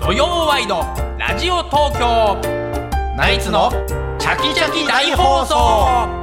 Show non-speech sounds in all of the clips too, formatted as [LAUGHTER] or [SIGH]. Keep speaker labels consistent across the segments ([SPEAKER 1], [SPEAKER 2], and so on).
[SPEAKER 1] 土曜ワイドラジオ東京ナイツのチャキチャキ大放送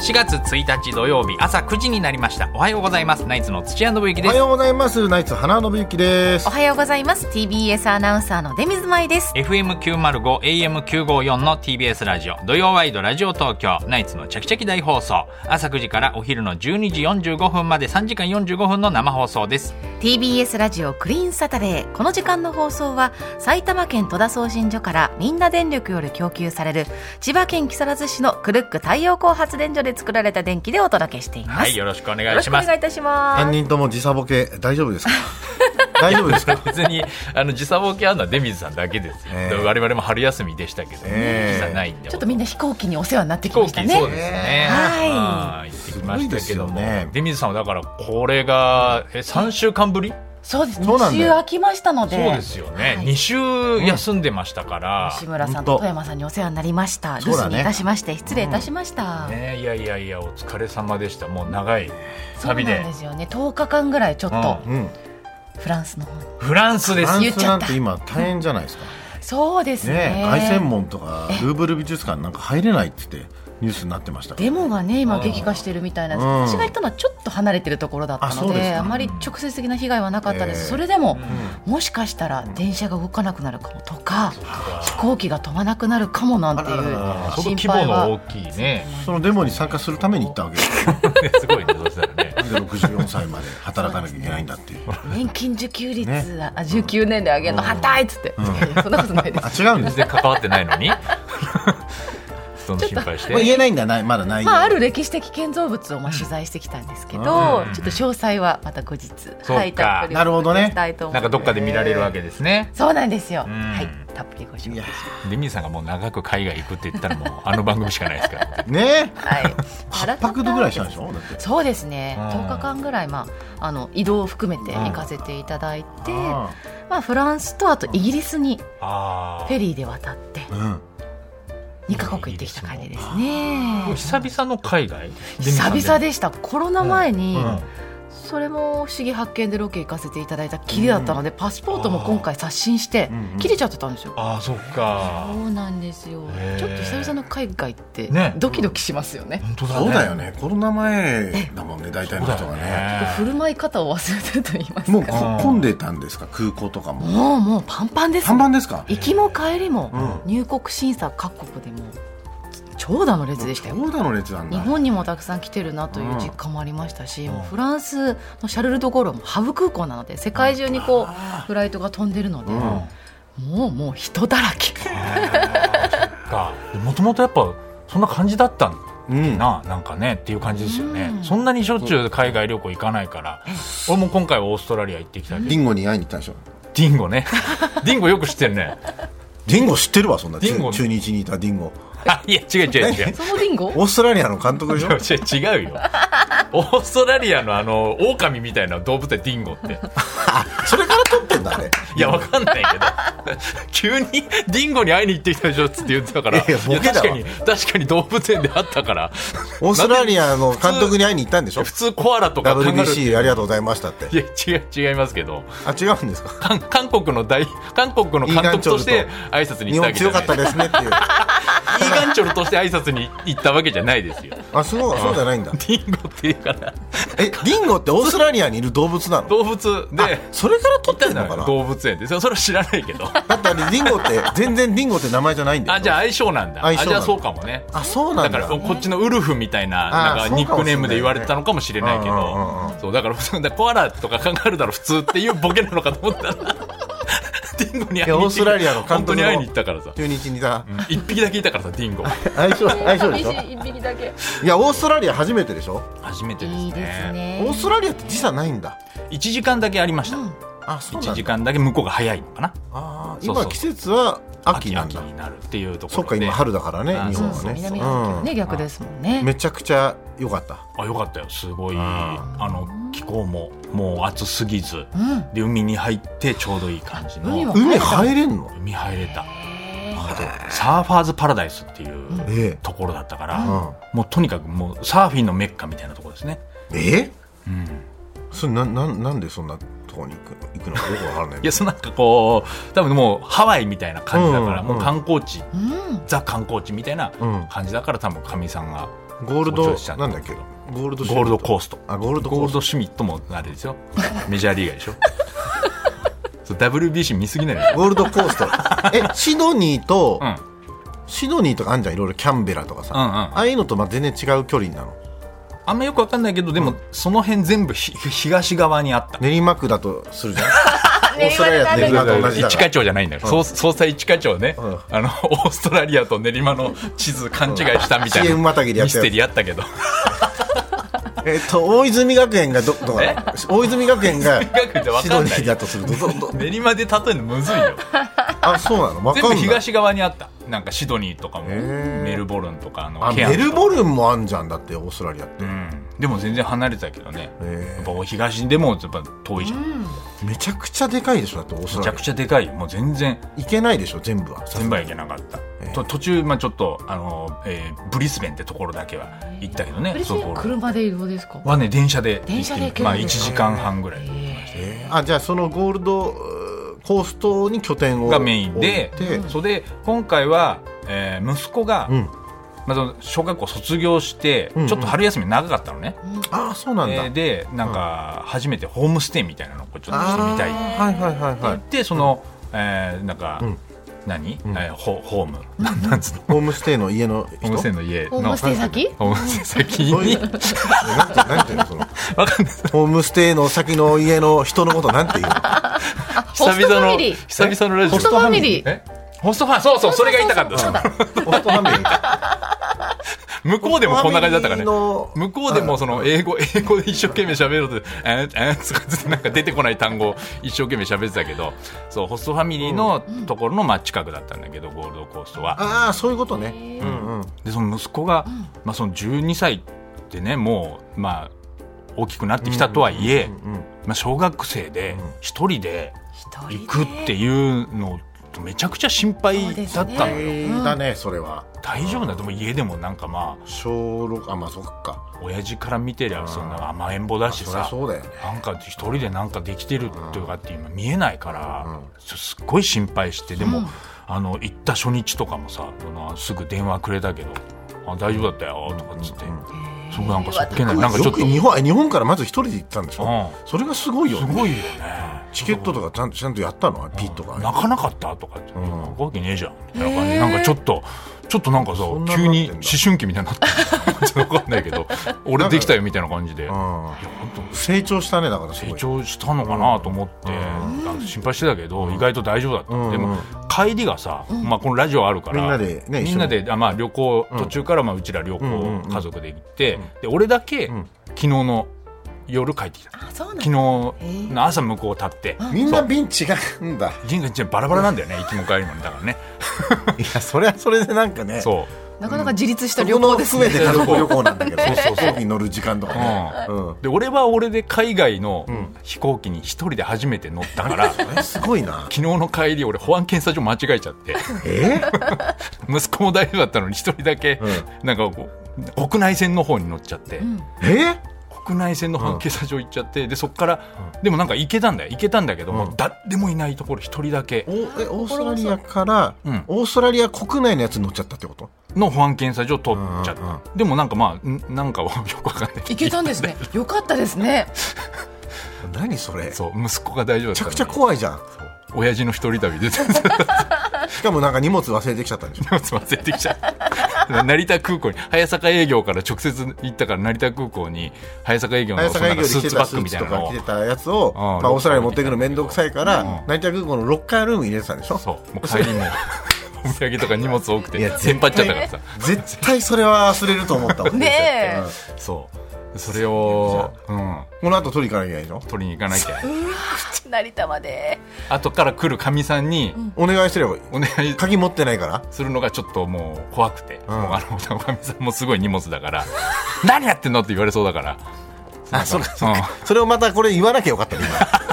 [SPEAKER 1] 4月1日土曜日朝9時になりましたおはようございますナイツの土屋信之
[SPEAKER 2] お
[SPEAKER 1] で
[SPEAKER 2] は
[SPEAKER 1] す
[SPEAKER 2] ようございます。ナイツ花信之です
[SPEAKER 3] お。はようございます TBS アナウンサーの出水舞です
[SPEAKER 1] FM905 AM954 の TBS ラジオ土曜ワイドラジオ東京ナイツのチャキチャキ大放送朝9時からお昼の12時45分まで3時間45分の生放送です
[SPEAKER 3] TBS ラジオクリーンサタデーこの時間の放送は埼玉県戸田送信所からみんな電力より供給される千葉県木更津市のクルック太陽光発電所で作られた電気でお届けしています、
[SPEAKER 1] はいよろしくお願
[SPEAKER 3] よろ
[SPEAKER 1] い
[SPEAKER 3] し
[SPEAKER 1] し
[SPEAKER 3] くお
[SPEAKER 1] ます
[SPEAKER 3] 願いいたしま
[SPEAKER 2] 三
[SPEAKER 3] す
[SPEAKER 2] 人とも時差ボケ大丈夫ですか。大丈夫ですか。
[SPEAKER 1] 別にあの時差ボケあるのは出水さんだけですよ、
[SPEAKER 2] ええ
[SPEAKER 1] 我々も春休みでしたけど、
[SPEAKER 2] ええ
[SPEAKER 1] 時差ないんで
[SPEAKER 3] ちょっとみんな飛行機にお世話になって
[SPEAKER 1] 飛
[SPEAKER 3] きま
[SPEAKER 1] 行
[SPEAKER 3] した
[SPEAKER 1] 機そう
[SPEAKER 3] ね
[SPEAKER 1] ですね、
[SPEAKER 3] はい
[SPEAKER 1] はい行ってきましたけど
[SPEAKER 2] す
[SPEAKER 1] も、
[SPEAKER 2] ごいですよね
[SPEAKER 1] 出水さんはだからこれがえ3週間ぶり、
[SPEAKER 3] そうです
[SPEAKER 2] そうなん
[SPEAKER 3] 2
[SPEAKER 2] だよ
[SPEAKER 3] 週空きましたので
[SPEAKER 1] そうですよね、
[SPEAKER 3] はい
[SPEAKER 1] 二2週休んでましたから、
[SPEAKER 3] 志村さん
[SPEAKER 2] ほん
[SPEAKER 3] と
[SPEAKER 2] と
[SPEAKER 3] 富山さんにお世話になりました留
[SPEAKER 2] そうだ
[SPEAKER 3] 守
[SPEAKER 2] ね
[SPEAKER 3] にいたしまして失礼いたしました、
[SPEAKER 1] ね、いやいやいやお疲れ様でしたもう長い
[SPEAKER 3] そうな
[SPEAKER 1] 旅
[SPEAKER 3] ん
[SPEAKER 1] で
[SPEAKER 3] ですよね10日間ぐらいちょっと
[SPEAKER 2] うん。
[SPEAKER 3] フランスの方に
[SPEAKER 1] フランス
[SPEAKER 2] フ
[SPEAKER 1] です
[SPEAKER 2] ラン
[SPEAKER 3] 言っ
[SPEAKER 2] ス
[SPEAKER 3] ちゃ
[SPEAKER 2] な
[SPEAKER 3] っ
[SPEAKER 2] ん
[SPEAKER 3] た
[SPEAKER 2] て今大変じゃないですか。
[SPEAKER 3] そうです
[SPEAKER 2] ね
[SPEAKER 3] ね。
[SPEAKER 2] え、凱旋門とかルーブル美術館なんか入れないって言ってニュースになってましたから。
[SPEAKER 3] デモがね今
[SPEAKER 1] うん
[SPEAKER 3] 激化してるみたいなんです、
[SPEAKER 2] うん
[SPEAKER 3] 私が行ったのはちょっと離れてるところだった
[SPEAKER 2] あそ
[SPEAKER 3] の
[SPEAKER 2] う
[SPEAKER 3] で
[SPEAKER 2] ですか
[SPEAKER 3] あまり直接的な被害はなかったです、
[SPEAKER 2] ええ
[SPEAKER 3] それでも
[SPEAKER 1] うん、
[SPEAKER 3] もしかしたら電車が動かなくなるかもとか飛行機が飛ばなくなるかもなんてい
[SPEAKER 2] あらららら
[SPEAKER 3] う
[SPEAKER 1] その
[SPEAKER 3] 心
[SPEAKER 1] 規模
[SPEAKER 3] 配
[SPEAKER 1] の大
[SPEAKER 3] は
[SPEAKER 1] きいね
[SPEAKER 2] そのデモに参加するために行ったわけですよ。
[SPEAKER 1] [LAUGHS] すごいねそうしたらね
[SPEAKER 2] なんで64歳まで働かなきゃいけないんだっていう。
[SPEAKER 3] 年金受給率は、あ19年で上げるの働いっつって、
[SPEAKER 2] ん
[SPEAKER 3] いやいやそんなこ
[SPEAKER 2] [LAUGHS]
[SPEAKER 3] とないです
[SPEAKER 2] あ違うんで
[SPEAKER 1] 全
[SPEAKER 2] すね。
[SPEAKER 1] 然関わってないの
[SPEAKER 3] [LAUGHS]
[SPEAKER 1] にその心配して
[SPEAKER 2] まあ言えないんだないまだない。
[SPEAKER 3] まあ、ある歴史的建造物をまあ取材してきたんですけど、
[SPEAKER 2] うん
[SPEAKER 3] ちょっと詳細はまた後日、
[SPEAKER 1] か
[SPEAKER 3] はい、たっぷりお
[SPEAKER 2] なるほどね
[SPEAKER 3] 伝えしたいと思
[SPEAKER 1] ないんか
[SPEAKER 3] ます
[SPEAKER 1] どっかで見られるわけですね。
[SPEAKER 3] そうなんですよ、
[SPEAKER 1] うん
[SPEAKER 3] はいたっぷりご紹
[SPEAKER 2] い
[SPEAKER 3] 介
[SPEAKER 2] や
[SPEAKER 1] で、ミーさんがもう長く海外行くって言ったら、もうあの番組しかないです
[SPEAKER 3] [LAUGHS]
[SPEAKER 1] から。
[SPEAKER 2] ねえ。 [LAUGHS]
[SPEAKER 3] はい
[SPEAKER 2] 8泊度ぐらいしたんでしょ。だって。
[SPEAKER 3] そうですね、
[SPEAKER 1] うん
[SPEAKER 3] 10日間ぐらい、まあ、あの移動を含めて行かせていただいて、ま
[SPEAKER 2] あ
[SPEAKER 3] あ、フランスとあとイギリスに
[SPEAKER 1] あ
[SPEAKER 3] フェリーで渡って
[SPEAKER 2] あうん。
[SPEAKER 3] 2カ国行ってきた感じです
[SPEAKER 1] もう
[SPEAKER 3] ね。
[SPEAKER 1] 久々の海外。
[SPEAKER 3] 久々
[SPEAKER 1] で。
[SPEAKER 3] でしたコロナ前に、
[SPEAKER 2] うんうん
[SPEAKER 3] それも「不思議発見」でロケ行かせていただいたきりだったので、パスポートも今回刷新して
[SPEAKER 2] うんうん
[SPEAKER 3] 切れちゃってたんですよ。
[SPEAKER 1] ああ、そっか
[SPEAKER 3] そ。うなんですよ
[SPEAKER 1] へー
[SPEAKER 3] ちょっと久々の海外って
[SPEAKER 1] ね
[SPEAKER 3] ドキドキしますよね
[SPEAKER 1] 本当だ、ね。
[SPEAKER 2] そうだよ。ね。コロナ前だもんね大体の人がね。
[SPEAKER 3] 振る舞い方を忘れてと言いますか
[SPEAKER 2] も
[SPEAKER 3] も
[SPEAKER 2] う
[SPEAKER 3] う
[SPEAKER 2] こ混んでたんですか空港とかも。
[SPEAKER 3] もうパンパンです
[SPEAKER 2] 看板ですか。
[SPEAKER 3] 行きも帰りも
[SPEAKER 2] う
[SPEAKER 3] 入国審査各国でも長蛇の列でしたよ
[SPEAKER 2] 長蛇の列なん
[SPEAKER 3] 日
[SPEAKER 2] だ。
[SPEAKER 3] 本にもたくさん来てるなという実感もありましたし、もうフランスのシャルル・ド・ゴールもハブ空港なので世界中にこうフライトが飛んでるので、もうもう人だらけ
[SPEAKER 1] か。もともとやっぱ、そんな感じだったん
[SPEAKER 2] うん。
[SPEAKER 1] な、なんかね、っていう感じですよね。
[SPEAKER 3] うん
[SPEAKER 1] そんなにしょっちゅう海外旅行行かないから。俺も今回はオーストラリア行ってきたけど。
[SPEAKER 2] ディンゴに会いに行ったでしょ。
[SPEAKER 1] ディンゴ
[SPEAKER 3] [LAUGHS]
[SPEAKER 1] ね。ディンゴよく知ってるね。
[SPEAKER 2] ディンゴ知ってるわそんな。
[SPEAKER 1] ディンゴ
[SPEAKER 2] 中中日にいたディンゴ。
[SPEAKER 1] あ、いや、違う違う違う。
[SPEAKER 3] そのディンゴ
[SPEAKER 2] オーストラリアの監督でしょ。
[SPEAKER 1] いや違うよオーストラリアのあの狼みたいな動物でディンゴって
[SPEAKER 2] [LAUGHS] それから撮ってんだあれ。
[SPEAKER 1] いやわかんないけど [LAUGHS] 急にディンゴに会いに行ってきたでしょっつって言ってたから
[SPEAKER 2] いやいやボケだわ
[SPEAKER 1] 確かに確かに動物園で会ったから
[SPEAKER 2] [LAUGHS] オーストラリアの監督に会いに行ったんでしょ
[SPEAKER 1] 普。通コアラとかカンガルーってい
[SPEAKER 2] WBC ありがとうございましたって。
[SPEAKER 1] や違う違いますけど
[SPEAKER 2] あ違うんですか。
[SPEAKER 1] 韓韓国の大韓国の監督として挨拶に
[SPEAKER 2] 日
[SPEAKER 1] 行ったわけじゃ
[SPEAKER 2] 本強
[SPEAKER 1] な
[SPEAKER 2] か
[SPEAKER 1] い
[SPEAKER 2] ったですねって [LAUGHS] いう。
[SPEAKER 1] イーガンチョルとして挨拶に行ったわけじゃないですよ
[SPEAKER 2] あそうそうじゃないんだ
[SPEAKER 1] デ。ィンゴっていうから
[SPEAKER 2] [LAUGHS] えディンゴってオーストラリアにいる動物なの。
[SPEAKER 1] 動物
[SPEAKER 2] あ
[SPEAKER 1] で
[SPEAKER 2] それから撮ってんのかな。
[SPEAKER 1] 動物園でそれは知らないけど
[SPEAKER 2] だってあれディンゴって全然ディンゴって名前じゃないんだよ。
[SPEAKER 1] あじゃあ相性なんだ
[SPEAKER 2] 相性
[SPEAKER 1] あ
[SPEAKER 2] なん
[SPEAKER 1] じ
[SPEAKER 2] だ
[SPEAKER 1] ゃあそうかもね
[SPEAKER 2] あそうな
[SPEAKER 1] だ
[SPEAKER 2] ん
[SPEAKER 1] か
[SPEAKER 2] だ。
[SPEAKER 1] らこっちのウルフみたいな
[SPEAKER 2] あー
[SPEAKER 1] なんかニックネームで言われてたのかもしれないけ
[SPEAKER 2] そうかもしれないねうんうん
[SPEAKER 1] どそうだから [LAUGHS] だからコアラとか考えるだろ普通っていうボケなのかと思ったら [LAUGHS] ディンゴに会いに行って
[SPEAKER 2] いやオーストラリアの監督の
[SPEAKER 1] 本当に会いに行ったからさ
[SPEAKER 2] 中日にいた
[SPEAKER 1] うん一匹だけいたからさディンゴ
[SPEAKER 2] 相
[SPEAKER 3] [LAUGHS]
[SPEAKER 2] 性相性でしょ。
[SPEAKER 3] 1匹だけ
[SPEAKER 2] いやオーストラリア初めてでしょ。
[SPEAKER 1] 初めてですね
[SPEAKER 3] いいですね
[SPEAKER 2] オーストラリアって時差ないんだ。
[SPEAKER 1] 1時間だけありました
[SPEAKER 2] あそうな
[SPEAKER 1] 1
[SPEAKER 2] ん
[SPEAKER 1] 時
[SPEAKER 2] だ。
[SPEAKER 1] 間だけ向こうが早いのかな
[SPEAKER 2] あー
[SPEAKER 1] そうそう
[SPEAKER 2] 今季節は秋なんだ
[SPEAKER 1] になるっていうところで
[SPEAKER 2] そっか今春だからね
[SPEAKER 1] あ
[SPEAKER 2] 日
[SPEAKER 3] そう
[SPEAKER 2] 本
[SPEAKER 3] そう南半
[SPEAKER 2] は
[SPEAKER 3] 球ね、
[SPEAKER 2] ね
[SPEAKER 3] 逆ですもん
[SPEAKER 2] う
[SPEAKER 3] ね
[SPEAKER 2] んめちゃくちゃ良かった
[SPEAKER 1] あよかったよすごい
[SPEAKER 2] あ
[SPEAKER 1] あの気候ももう暑すぎず
[SPEAKER 3] うん
[SPEAKER 1] で海に入ってちょうどいい感じの
[SPEAKER 3] 海も
[SPEAKER 2] 海入れんの
[SPEAKER 1] 海入れたあとサーファーズパラダイスっていう
[SPEAKER 2] え
[SPEAKER 1] ところだったか
[SPEAKER 2] え
[SPEAKER 1] ら、
[SPEAKER 2] うん
[SPEAKER 1] もうとにかくもうサーフィンのメッカみたいなところですね、
[SPEAKER 2] え
[SPEAKER 1] うん
[SPEAKER 2] それなななんでそんなとこに行く行くのかよくわかんない
[SPEAKER 1] いや、そのなんかこう、多分もうハワイみたいな感じだから、
[SPEAKER 2] うん
[SPEAKER 1] もう観光地、
[SPEAKER 3] うん
[SPEAKER 1] ザ観光地みたいな
[SPEAKER 2] うん
[SPEAKER 1] 感じだから、多分かみさんが、
[SPEAKER 2] ゴール
[SPEAKER 1] もうちょ
[SPEAKER 2] ド
[SPEAKER 1] い下
[SPEAKER 2] なんだっけゴールドシュ
[SPEAKER 1] ゴールド
[SPEAKER 2] ー
[SPEAKER 1] コースト。
[SPEAKER 2] あゴールドコースト
[SPEAKER 1] ゴールドシュミットもあれですよ。メジャーリーガーでしょ。 [LAUGHS] そう WBC 見すぎないでしょ。
[SPEAKER 2] ゴールドコースト [LAUGHS] えシドニーと、
[SPEAKER 1] うん。うん
[SPEAKER 2] シドニーとかあんじゃんいろいろキャンベラとかさ、
[SPEAKER 1] うんうん
[SPEAKER 2] ああいうのとまあ全然違う距離なの
[SPEAKER 1] あんまよくわかんないけど、でも、その辺全部ひ東側にあった。
[SPEAKER 2] 練馬区だとするじゃん
[SPEAKER 3] 練
[SPEAKER 2] オ
[SPEAKER 3] 馬
[SPEAKER 2] ーストラリアと [LAUGHS] 練馬と同じだ
[SPEAKER 1] 一
[SPEAKER 2] から
[SPEAKER 1] 課長じゃないんだよ、総総裁一課長ね、
[SPEAKER 2] うん
[SPEAKER 1] あの [LAUGHS] オーストラリアと練馬の地図勘違いしたみたいな、
[SPEAKER 2] CM またぎでや
[SPEAKER 1] ミ
[SPEAKER 2] った
[SPEAKER 1] ス
[SPEAKER 2] やつ
[SPEAKER 1] テリーあったけど
[SPEAKER 2] えっと大泉学園がどどこだろう大泉学園が
[SPEAKER 1] 学園ってわ
[SPEAKER 2] シ
[SPEAKER 1] か
[SPEAKER 2] ド
[SPEAKER 1] ん
[SPEAKER 2] ニ
[SPEAKER 1] ない
[SPEAKER 2] ーだとするとどど
[SPEAKER 1] 練馬で例えるのむずいよ
[SPEAKER 2] あそうなのわか
[SPEAKER 1] 全
[SPEAKER 2] んな
[SPEAKER 1] 部
[SPEAKER 2] い
[SPEAKER 1] 東側にあったなんかシドニーとかも
[SPEAKER 2] へー
[SPEAKER 1] メルボルンとかあの
[SPEAKER 2] あ
[SPEAKER 1] ケ
[SPEAKER 2] メ
[SPEAKER 1] アンとか
[SPEAKER 2] ルボルンもあんじゃんだってオーストラリアって、
[SPEAKER 1] うんでも全然離れてたけどね
[SPEAKER 2] え
[SPEAKER 1] やっぱお東でもやっぱ遠いじゃん、
[SPEAKER 2] ーめちゃくちゃでかいでしょだってオースト
[SPEAKER 1] めちゃ
[SPEAKER 2] ラリ
[SPEAKER 1] くちゃでかいよもう全然
[SPEAKER 2] アいけないでしょ全部は
[SPEAKER 1] 全部はいけなかった、
[SPEAKER 2] えー
[SPEAKER 1] と途中、まあ、ちょっとあの、えーブリスベンってところだけは行ったけどね、
[SPEAKER 3] これ
[SPEAKER 1] そこ
[SPEAKER 3] 車で移動ですか
[SPEAKER 1] はね電車で
[SPEAKER 3] 電車で行ける
[SPEAKER 1] まあ、1時間半ぐらい
[SPEAKER 2] えーあじゃあそのゴールドうーコーストに拠点を
[SPEAKER 1] がメインで
[SPEAKER 2] 置いて
[SPEAKER 1] それで今回は、えー息子が、
[SPEAKER 2] うん、
[SPEAKER 1] まあその小学校卒業して、
[SPEAKER 2] うんうん
[SPEAKER 1] ちょっと春休み長かったのね、
[SPEAKER 2] ああそうなんだ、
[SPEAKER 1] えーでなんか初めてホームステイみたいなのをこうちょっとしてみたいって
[SPEAKER 2] あーはいはいはいは
[SPEAKER 1] 言っ
[SPEAKER 2] い
[SPEAKER 1] てその、えーなんか、
[SPEAKER 2] うん
[SPEAKER 1] 何、
[SPEAKER 2] ん
[SPEAKER 1] えーホホーム、なんつうの
[SPEAKER 2] ホームステイの家の
[SPEAKER 1] ホ
[SPEAKER 2] 人
[SPEAKER 1] ームステイの家の
[SPEAKER 3] ホームステイ先
[SPEAKER 1] ホームステイ先
[SPEAKER 2] そうい
[SPEAKER 1] に
[SPEAKER 2] うなんてなんていうのその
[SPEAKER 1] わかんない
[SPEAKER 2] ホームステイの先の家の人のことなんていうの
[SPEAKER 3] ホストファミリー
[SPEAKER 1] 久々のラジオ
[SPEAKER 3] ホストファミリー
[SPEAKER 1] えホストファンそうそうそれが言いたかった
[SPEAKER 3] そうだ
[SPEAKER 2] ホストファミリーか
[SPEAKER 1] 向こうでもこんな感じだったからね
[SPEAKER 2] ホストファミリーの
[SPEAKER 1] 向こうでもその英語英語で一生懸命喋ろうと「えーえーとかずっとなんか出てこない単語を一生懸命喋ってたけどそうホストファミリーのところのまあ近くだったんだけどゴールドコーストは
[SPEAKER 2] ああそういうことねうんうん
[SPEAKER 1] でその息子が、まあ、その12歳でねもうまあ大きくなってきたとはいえ、
[SPEAKER 2] うんうん
[SPEAKER 1] まあ、小学生で
[SPEAKER 2] うん
[SPEAKER 1] 一人で
[SPEAKER 3] 一
[SPEAKER 1] 行
[SPEAKER 3] 人
[SPEAKER 1] くっていうのめちゃくちゃ心配だったのよ、
[SPEAKER 3] そうです
[SPEAKER 2] え
[SPEAKER 3] うん
[SPEAKER 2] ーだねそれは
[SPEAKER 1] 大丈夫だと思う家でもなんかまあ
[SPEAKER 2] 小6あまあそっか
[SPEAKER 1] 親父から見てりゃそんな甘えん坊だし
[SPEAKER 2] そりゃ
[SPEAKER 1] さ
[SPEAKER 2] そうだよね
[SPEAKER 1] なんか一人でなんかできてるとかっていうの見えないから、
[SPEAKER 2] うん
[SPEAKER 1] すっごい心配してでも、
[SPEAKER 3] うん
[SPEAKER 1] あの行った初日とかもさあのすぐ電話くれたけどあ大丈夫だったよとかっつって、そうなんかそっけないなんかちょ
[SPEAKER 2] よ
[SPEAKER 1] っ
[SPEAKER 2] く
[SPEAKER 1] と、うん、
[SPEAKER 2] 日本日本からまず一人で行ったんでしょ
[SPEAKER 1] す
[SPEAKER 2] それがすごいよね
[SPEAKER 1] ごいよね
[SPEAKER 2] チケットとかちゃんとちゃんとやったのピッとか
[SPEAKER 1] 泣かなかったとかって、
[SPEAKER 2] ん
[SPEAKER 1] 泣くわけねえじゃんみたいな感じ
[SPEAKER 3] へ
[SPEAKER 1] で
[SPEAKER 3] え
[SPEAKER 1] なんかちょっとちょっとなんかさ
[SPEAKER 2] そんな
[SPEAKER 1] 急に
[SPEAKER 2] なってんだ
[SPEAKER 1] 思春期みたいになってる [LAUGHS] ちょっとわかんないけど俺できたよみたいな感じで。
[SPEAKER 2] うん
[SPEAKER 1] いや本当
[SPEAKER 2] 成長したねだからす
[SPEAKER 1] 成
[SPEAKER 2] ごい
[SPEAKER 1] 長したのかなと思って、なんか心配してたけど、意外と大丈夫だった、
[SPEAKER 2] うん
[SPEAKER 1] でも帰りがさ、まあ、このラジオあるから
[SPEAKER 2] みんなでね
[SPEAKER 1] みんな
[SPEAKER 2] 一
[SPEAKER 1] であまあ、旅行途中からまあうちら旅
[SPEAKER 2] うんうん
[SPEAKER 1] 行
[SPEAKER 2] うん
[SPEAKER 1] 家族で行って、で俺だけ、昨日の夜帰ってきた
[SPEAKER 3] あそうなん
[SPEAKER 1] 昨
[SPEAKER 3] だ
[SPEAKER 1] 日の朝向こう立って、
[SPEAKER 2] みんな瓶違うんだ
[SPEAKER 1] 人がバラバラなんだよね行きも帰りもねだから
[SPEAKER 2] [LAUGHS]
[SPEAKER 1] ね
[SPEAKER 2] いやそれはそれでなんかね
[SPEAKER 1] そう
[SPEAKER 3] なかなか自立した
[SPEAKER 2] そ
[SPEAKER 3] 旅
[SPEAKER 2] こ
[SPEAKER 3] 行
[SPEAKER 2] の
[SPEAKER 3] です
[SPEAKER 2] 含め
[SPEAKER 3] ね
[SPEAKER 2] て家族旅行なんだけど
[SPEAKER 1] そうそうそう
[SPEAKER 2] 飛行機に乗る時間とかねうん
[SPEAKER 1] で俺は俺で海外の
[SPEAKER 2] ん
[SPEAKER 1] 飛行機に一人で初めて乗った
[SPEAKER 2] [LAUGHS]
[SPEAKER 1] から、昨
[SPEAKER 2] えすごいな
[SPEAKER 1] 日の帰り俺保安検査所間違えちゃって
[SPEAKER 2] え
[SPEAKER 1] 息子も大丈夫だったのに一人だけ、なんかこう国内線の方に乗っちゃって、
[SPEAKER 2] え
[SPEAKER 1] 国内線の方検査所行っちゃってでそこから、でもなんか行けたんだよ行けたんだけど、もう誰もいないところ一人だけ
[SPEAKER 2] おえオーストラリアから
[SPEAKER 1] うん
[SPEAKER 2] オーストラリア国内のやつに乗っちゃったってこと
[SPEAKER 1] の保安検査所を取っちゃって、
[SPEAKER 2] うんうん
[SPEAKER 1] でもなんかまあんなんかよくわかんない
[SPEAKER 3] 行けたんです [LAUGHS] ねよかったですね
[SPEAKER 2] 何それめち
[SPEAKER 1] そう息子が大丈夫だったの
[SPEAKER 2] ゃく
[SPEAKER 1] に
[SPEAKER 2] ちゃ怖いじゃん
[SPEAKER 1] 親父の一人旅で全然
[SPEAKER 2] しかもなんか荷物忘れてきちゃったんでしょ
[SPEAKER 1] 荷物忘れてきちゃった [LAUGHS] 成田空港に早坂営業から直接行ったから成田空港に早坂営業の
[SPEAKER 2] 早
[SPEAKER 1] そ
[SPEAKER 2] 坂
[SPEAKER 1] のなん
[SPEAKER 2] 営業
[SPEAKER 1] かス
[SPEAKER 2] で
[SPEAKER 1] ー
[SPEAKER 2] 着て
[SPEAKER 1] ツバ
[SPEAKER 2] た
[SPEAKER 1] ッ
[SPEAKER 2] ス
[SPEAKER 1] グ
[SPEAKER 2] ー
[SPEAKER 1] み
[SPEAKER 2] ツ
[SPEAKER 1] たい
[SPEAKER 2] と
[SPEAKER 1] な
[SPEAKER 2] か
[SPEAKER 1] の
[SPEAKER 2] 着
[SPEAKER 1] を
[SPEAKER 2] てたやつを
[SPEAKER 1] ああ
[SPEAKER 2] まあオーストラリア持ってくの面倒くさいから
[SPEAKER 1] うん
[SPEAKER 2] 成田空港のロッカールームに入れてたんでしょ
[SPEAKER 1] そうもう帰りも [LAUGHS] お土産とか荷物多くて
[SPEAKER 2] いや
[SPEAKER 1] テンパっちゃったからさ
[SPEAKER 2] 絶対それは忘れると思ったもん
[SPEAKER 3] ねえ
[SPEAKER 2] うん
[SPEAKER 1] そうそれを、うん、
[SPEAKER 2] この後取り行かなきゃいけないでしょ
[SPEAKER 1] 取りに行かなきゃ
[SPEAKER 3] [LAUGHS] 成田まで
[SPEAKER 1] 後から来るかみさんに
[SPEAKER 2] お願いすればいい
[SPEAKER 1] お願い
[SPEAKER 2] 鍵持ってないから
[SPEAKER 1] するのがちょっともう怖くて、
[SPEAKER 2] ん
[SPEAKER 1] もうあのおかみさんもすごい荷物だから [LAUGHS] 「何やってんの?」って言われそうだから
[SPEAKER 2] あそうう
[SPEAKER 1] か
[SPEAKER 2] かそうかそれをまたこれ言わなきゃよかった [LAUGHS] ね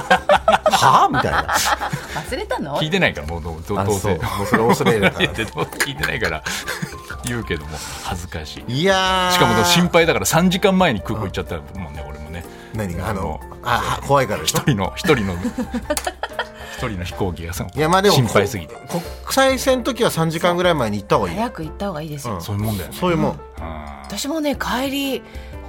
[SPEAKER 2] 今はあみたいな
[SPEAKER 3] 忘れたの
[SPEAKER 1] 聞いてないからもうどうどう
[SPEAKER 2] あ
[SPEAKER 1] どう
[SPEAKER 2] そ
[SPEAKER 1] せ
[SPEAKER 2] うもうそれオーストラリアだ
[SPEAKER 1] [LAUGHS]
[SPEAKER 2] か
[SPEAKER 1] いや
[SPEAKER 2] ら
[SPEAKER 1] でも聞いてないから [LAUGHS] 言うけども恥ずかしい
[SPEAKER 2] [LAUGHS] いやー
[SPEAKER 1] しかも心配だから3時間前に空港行っちゃったもんね俺もね
[SPEAKER 2] 何があの
[SPEAKER 1] もう
[SPEAKER 2] あ怖いからでしょ
[SPEAKER 1] 一人の一人の一人の飛行機がさ
[SPEAKER 2] いやまあでも
[SPEAKER 1] 心配すぎて
[SPEAKER 2] こ国際線の時は3時間ぐらい前に行った方がいい
[SPEAKER 3] 早く行った方がいいですよ、
[SPEAKER 2] うん
[SPEAKER 1] そういうもんだよね
[SPEAKER 2] そういうもん
[SPEAKER 1] あ
[SPEAKER 3] 私もね帰り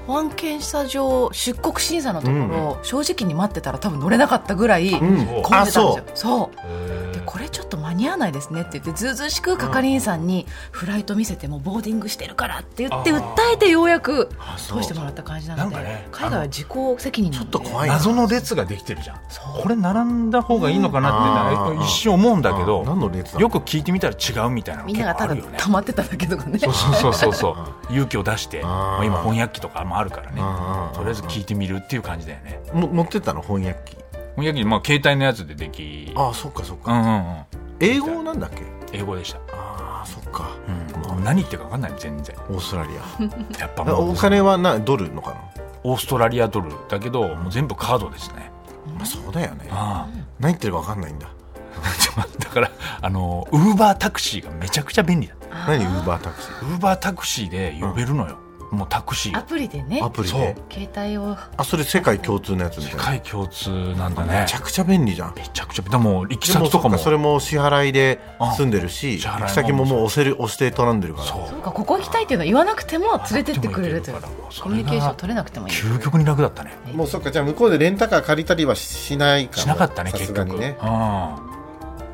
[SPEAKER 3] 保安検査場出国審査のところ、正直に待ってたら多分乗れなかったぐらい混んで
[SPEAKER 2] うん
[SPEAKER 3] たん
[SPEAKER 2] あ
[SPEAKER 3] ですよ
[SPEAKER 2] そ、
[SPEAKER 3] そう
[SPEAKER 1] ー
[SPEAKER 3] でこれちょっと間に合わないですねって言ってずうずうしく係員さんにフライト見せてもうボーディングしてるからって言って
[SPEAKER 1] あー
[SPEAKER 3] 訴えてようやく
[SPEAKER 2] あそう
[SPEAKER 3] 通してもらった感じなので
[SPEAKER 1] なんかね
[SPEAKER 3] 海外は自己責任なので
[SPEAKER 2] ちょっと怖い
[SPEAKER 1] 謎の列ができてるじゃん
[SPEAKER 3] そう
[SPEAKER 1] これ並んだ方がいいのかなって
[SPEAKER 2] うん
[SPEAKER 1] な一瞬思うんだけ
[SPEAKER 2] あ
[SPEAKER 1] ど
[SPEAKER 2] 何の列だ
[SPEAKER 1] よく聞いてみたら違うみたいなの
[SPEAKER 3] みん
[SPEAKER 1] 結
[SPEAKER 3] なが
[SPEAKER 1] 構あ
[SPEAKER 3] ただ
[SPEAKER 1] るよね
[SPEAKER 3] 溜まってただけとかね
[SPEAKER 1] そうそうそうそう
[SPEAKER 2] [LAUGHS]
[SPEAKER 1] そう勇気を出して
[SPEAKER 2] ん
[SPEAKER 1] まあ今翻訳機とかもあるからね
[SPEAKER 2] うん
[SPEAKER 1] とりあえず聞いてみるっていう感じだよね
[SPEAKER 2] も持ってったの翻訳機
[SPEAKER 1] 翻訳機まあ携帯のやつででき
[SPEAKER 2] ああそっかそっ
[SPEAKER 1] うんう
[SPEAKER 2] か、
[SPEAKER 1] んうん
[SPEAKER 2] 英語なんだっけ
[SPEAKER 1] 英語でした
[SPEAKER 2] ああそっか、
[SPEAKER 1] うん何言ってるか分かんない全然
[SPEAKER 2] オーストラリ
[SPEAKER 1] [LAUGHS] やっぱ
[SPEAKER 2] ア
[SPEAKER 1] も
[SPEAKER 2] お
[SPEAKER 1] う
[SPEAKER 2] 金はなドルのかな
[SPEAKER 1] オーストラリアドルだけどもう全部カードですね
[SPEAKER 2] まあそうだよね
[SPEAKER 1] あ
[SPEAKER 2] 何言ってるか分かんないんだ
[SPEAKER 1] あだからあのウーバータクシーがめちゃくちゃ便利だ
[SPEAKER 2] 何ウーバータクシ
[SPEAKER 1] ウーバータクシーで呼べるのよもうタクシー
[SPEAKER 3] アプリでね
[SPEAKER 2] ーアプリ
[SPEAKER 1] そう
[SPEAKER 2] で
[SPEAKER 3] 携帯を
[SPEAKER 2] あそれ世界共通のやつみたい
[SPEAKER 1] 世
[SPEAKER 2] な
[SPEAKER 1] 界共通なんだね
[SPEAKER 2] めちゃくちゃ便利じゃん
[SPEAKER 1] めちゃくちゃでも行き
[SPEAKER 2] で
[SPEAKER 1] 先
[SPEAKER 2] も
[SPEAKER 1] と
[SPEAKER 2] そ
[SPEAKER 1] か
[SPEAKER 2] っ
[SPEAKER 1] も
[SPEAKER 2] かそれも支払いで住んでる
[SPEAKER 1] あ
[SPEAKER 2] し
[SPEAKER 1] 支払い
[SPEAKER 2] 行
[SPEAKER 1] も
[SPEAKER 2] き先ももう押せる押して取らんでるから
[SPEAKER 1] そう
[SPEAKER 3] そうかここ行きたいっていうのを言わなくても連れてってくれるという
[SPEAKER 1] あでも行けるから
[SPEAKER 3] コミュニケーション取れなくてもいい
[SPEAKER 1] 究極に楽だったね
[SPEAKER 2] もうそっかじゃあ向こうでレンタカー借りたりはしないか
[SPEAKER 1] しなかったね
[SPEAKER 2] さ
[SPEAKER 1] 結
[SPEAKER 2] すが
[SPEAKER 1] 局う
[SPEAKER 2] に
[SPEAKER 1] ん
[SPEAKER 2] ね
[SPEAKER 1] あ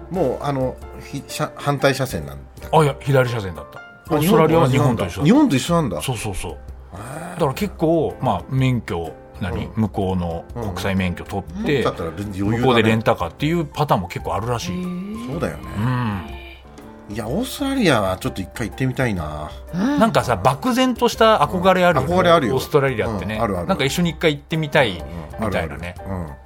[SPEAKER 2] もうあのひ車反対車線なんだ
[SPEAKER 1] いや左車線だったオーストラリアは日本と一緒
[SPEAKER 2] 日
[SPEAKER 1] だっ
[SPEAKER 2] 本と一緒なんだ
[SPEAKER 1] たそうそうそうだから結構まあ免許なり向こうの国際免許取って
[SPEAKER 2] だったら余裕だね
[SPEAKER 1] 向こうでレンタカーっていうパターンも結構あるらしいうん
[SPEAKER 2] そうだよねいやオーストラリアはちょっと一回行ってみたいな
[SPEAKER 1] なんかさ漠然とした憧れあるよね
[SPEAKER 2] 憧れあるよ
[SPEAKER 1] オーストラリアってね
[SPEAKER 2] うんあるある
[SPEAKER 1] なんか一緒に一回行ってみたいみたいなね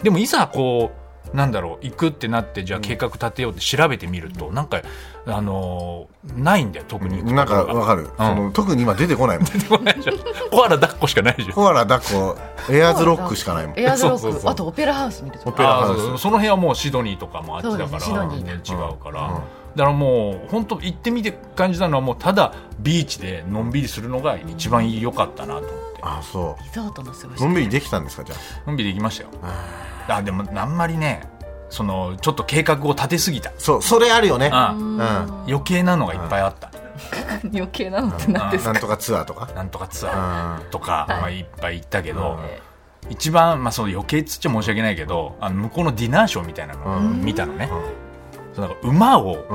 [SPEAKER 1] でもいざこうなんだろう行くってなってじゃあ計画立てようって調べてみると、なんかあのーないんだよ特に行
[SPEAKER 2] なんかわか
[SPEAKER 1] る
[SPEAKER 2] る、その特に今出て
[SPEAKER 1] [LAUGHS]
[SPEAKER 2] こないもん
[SPEAKER 1] コアラ抱っこしかないじゃん
[SPEAKER 2] コアラ抱っこエアーズロックしかないもん
[SPEAKER 3] エアーズロ
[SPEAKER 1] そうそうそ
[SPEAKER 3] ッ
[SPEAKER 1] う
[SPEAKER 3] クあとオペラハウス見ると
[SPEAKER 2] オペラ
[SPEAKER 3] か
[SPEAKER 1] あ
[SPEAKER 2] ハ
[SPEAKER 1] ー
[SPEAKER 2] ウス
[SPEAKER 1] そうそうその辺はもうシドニーとかもあっちだ
[SPEAKER 3] そう
[SPEAKER 1] か
[SPEAKER 3] ですねシド
[SPEAKER 1] ら、
[SPEAKER 3] ニー
[SPEAKER 1] 全然違うから、
[SPEAKER 2] うん
[SPEAKER 1] だからもう本当行ってみて感じたのはもうただビーチでのんびりするのが一番良かったなと思って
[SPEAKER 2] あそ
[SPEAKER 3] リゾートの過ごし
[SPEAKER 2] うのんび
[SPEAKER 3] 方
[SPEAKER 2] りできたんですかじゃ
[SPEAKER 1] のんびり行きましたよ
[SPEAKER 2] ああ
[SPEAKER 1] あでもあんまりねそのちょっと計画を立てすぎた
[SPEAKER 2] ーそうそれあるよね
[SPEAKER 1] あー
[SPEAKER 2] うんな
[SPEAKER 1] 余計なのがいっぱいあった、
[SPEAKER 3] 余計なのって何ですか
[SPEAKER 2] んとかツアーとか
[SPEAKER 1] なんとかツアー、
[SPEAKER 2] あ
[SPEAKER 1] とか、まあ、いっぱい行ったけど、一番、まあ、その余計っつっちゃ申し訳ないけどあの向こうのディナーショーみたいなのを
[SPEAKER 2] うん
[SPEAKER 1] 見たのね、
[SPEAKER 2] う
[SPEAKER 1] そのなんか馬を
[SPEAKER 2] ん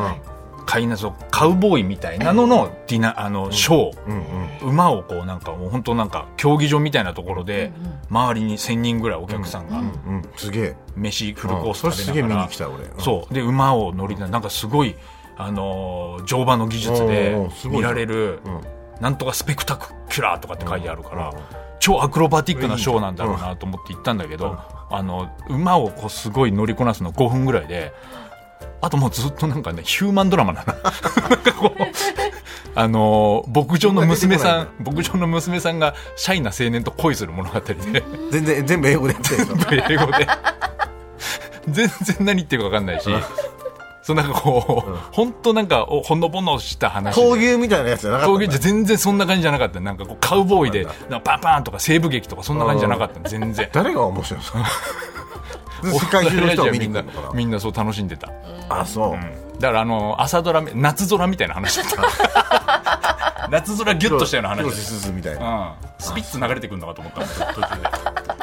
[SPEAKER 1] 飼いなそうカウボーイみたいなののディナあのショー、
[SPEAKER 2] うんうん
[SPEAKER 1] 馬をこうなんかもう本当なんか競技場みたいなところで周りに1000人ぐらいお客さんが
[SPEAKER 2] うんうんすげえ
[SPEAKER 1] 飯フルコース
[SPEAKER 2] うんそれす
[SPEAKER 1] 食
[SPEAKER 2] げ
[SPEAKER 1] べな
[SPEAKER 2] え見
[SPEAKER 1] が
[SPEAKER 2] に
[SPEAKER 1] ら
[SPEAKER 2] 来た俺うん
[SPEAKER 1] そうで馬を乗りななんかすごい、あのー乗馬の技術で
[SPEAKER 2] おうおうすごい
[SPEAKER 1] 見
[SPEAKER 2] じゃ
[SPEAKER 1] ら
[SPEAKER 2] ん
[SPEAKER 1] れる
[SPEAKER 2] うん
[SPEAKER 1] なんとかスペクタクラーとかって書いてあるから、超アクロバティックなショーなんだろうなと思って行ったんだけど、あの馬をこうすごい乗りこなすの5分ぐらいであともうずっとなんかねヒューマンドラマ
[SPEAKER 2] [LAUGHS]
[SPEAKER 1] なのなんかこうあの牧場の娘さん牧場の娘さんがシャイな青年と恋する物語で
[SPEAKER 2] 全然全部英語でやってるでしょ
[SPEAKER 1] 英語で全然何言ってるか分かんないし。そうなんかこう、本当なんかおほのぼのした話で
[SPEAKER 2] [LAUGHS] 闘牛みたいなやつじゃなかった
[SPEAKER 1] 闘
[SPEAKER 2] んだ
[SPEAKER 1] 牛じゃ全然そんな感じじゃなかったなんかこうカウボーイで
[SPEAKER 2] そうなん
[SPEAKER 1] なんかパンパンとか西部劇とかそんな感じじゃなかった全然
[SPEAKER 2] 誰が面白いんですか [LAUGHS] 世界中の人が見に
[SPEAKER 1] みん
[SPEAKER 2] 来
[SPEAKER 1] な
[SPEAKER 2] るのか
[SPEAKER 1] みんなそう楽しんでた、
[SPEAKER 2] なあそう
[SPEAKER 1] うんだからあの朝ドラみ夏空みたいな話だった
[SPEAKER 2] [LAUGHS]
[SPEAKER 1] 夏空ギュッとしたような話
[SPEAKER 2] 広
[SPEAKER 1] だ
[SPEAKER 2] 瀬
[SPEAKER 1] っ
[SPEAKER 2] すずみたいな
[SPEAKER 1] た、うん、スピッツ流れてくるのかと思ったんだけど途
[SPEAKER 2] [LAUGHS]
[SPEAKER 1] 中で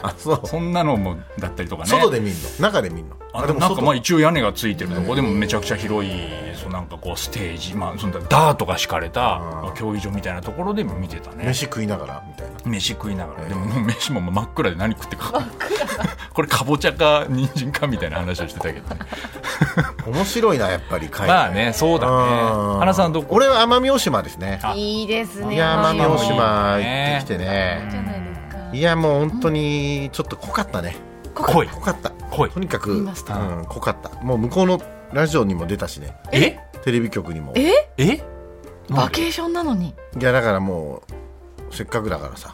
[SPEAKER 2] あそう
[SPEAKER 1] そんなのもだったりとかね
[SPEAKER 2] 外で見んの中で見んの
[SPEAKER 1] あでもなんかまあ
[SPEAKER 2] 外
[SPEAKER 1] 一応屋根がついてるとこでもめちゃくちゃ広いそうなんかこうステージ、まあ、そんなダートが敷かれた競技場みたいなところでも見てたね
[SPEAKER 2] 飯食いながらみたいな
[SPEAKER 1] 飯食いながら、でもも [LAUGHS] う飯ももう真っ暗で何食ってかこれかぼちゃか人参かみたいな話をしてたけ
[SPEAKER 2] [LAUGHS]
[SPEAKER 1] どね
[SPEAKER 2] 面白いなやっぱり海外
[SPEAKER 1] まあねそうだね
[SPEAKER 2] う
[SPEAKER 1] 花さんどこ
[SPEAKER 2] 俺は奄美大島ですね
[SPEAKER 1] あ
[SPEAKER 3] いいですね
[SPEAKER 2] いや奄美大
[SPEAKER 1] いい
[SPEAKER 2] 島行
[SPEAKER 1] ね
[SPEAKER 2] ってきて
[SPEAKER 3] じ
[SPEAKER 2] ね
[SPEAKER 3] ゃないですか
[SPEAKER 2] いやもう本当にちょっと濃かったね
[SPEAKER 1] 濃い
[SPEAKER 2] 濃かった
[SPEAKER 1] 濃い
[SPEAKER 2] とにかく、
[SPEAKER 3] 見
[SPEAKER 2] うん、
[SPEAKER 3] ました
[SPEAKER 2] 濃かったもう向こうのラジオにも出たしね
[SPEAKER 1] え
[SPEAKER 2] テレビ局にも
[SPEAKER 3] え
[SPEAKER 1] え
[SPEAKER 3] バケーションなのに
[SPEAKER 2] いやだからもうせっかくだからさ、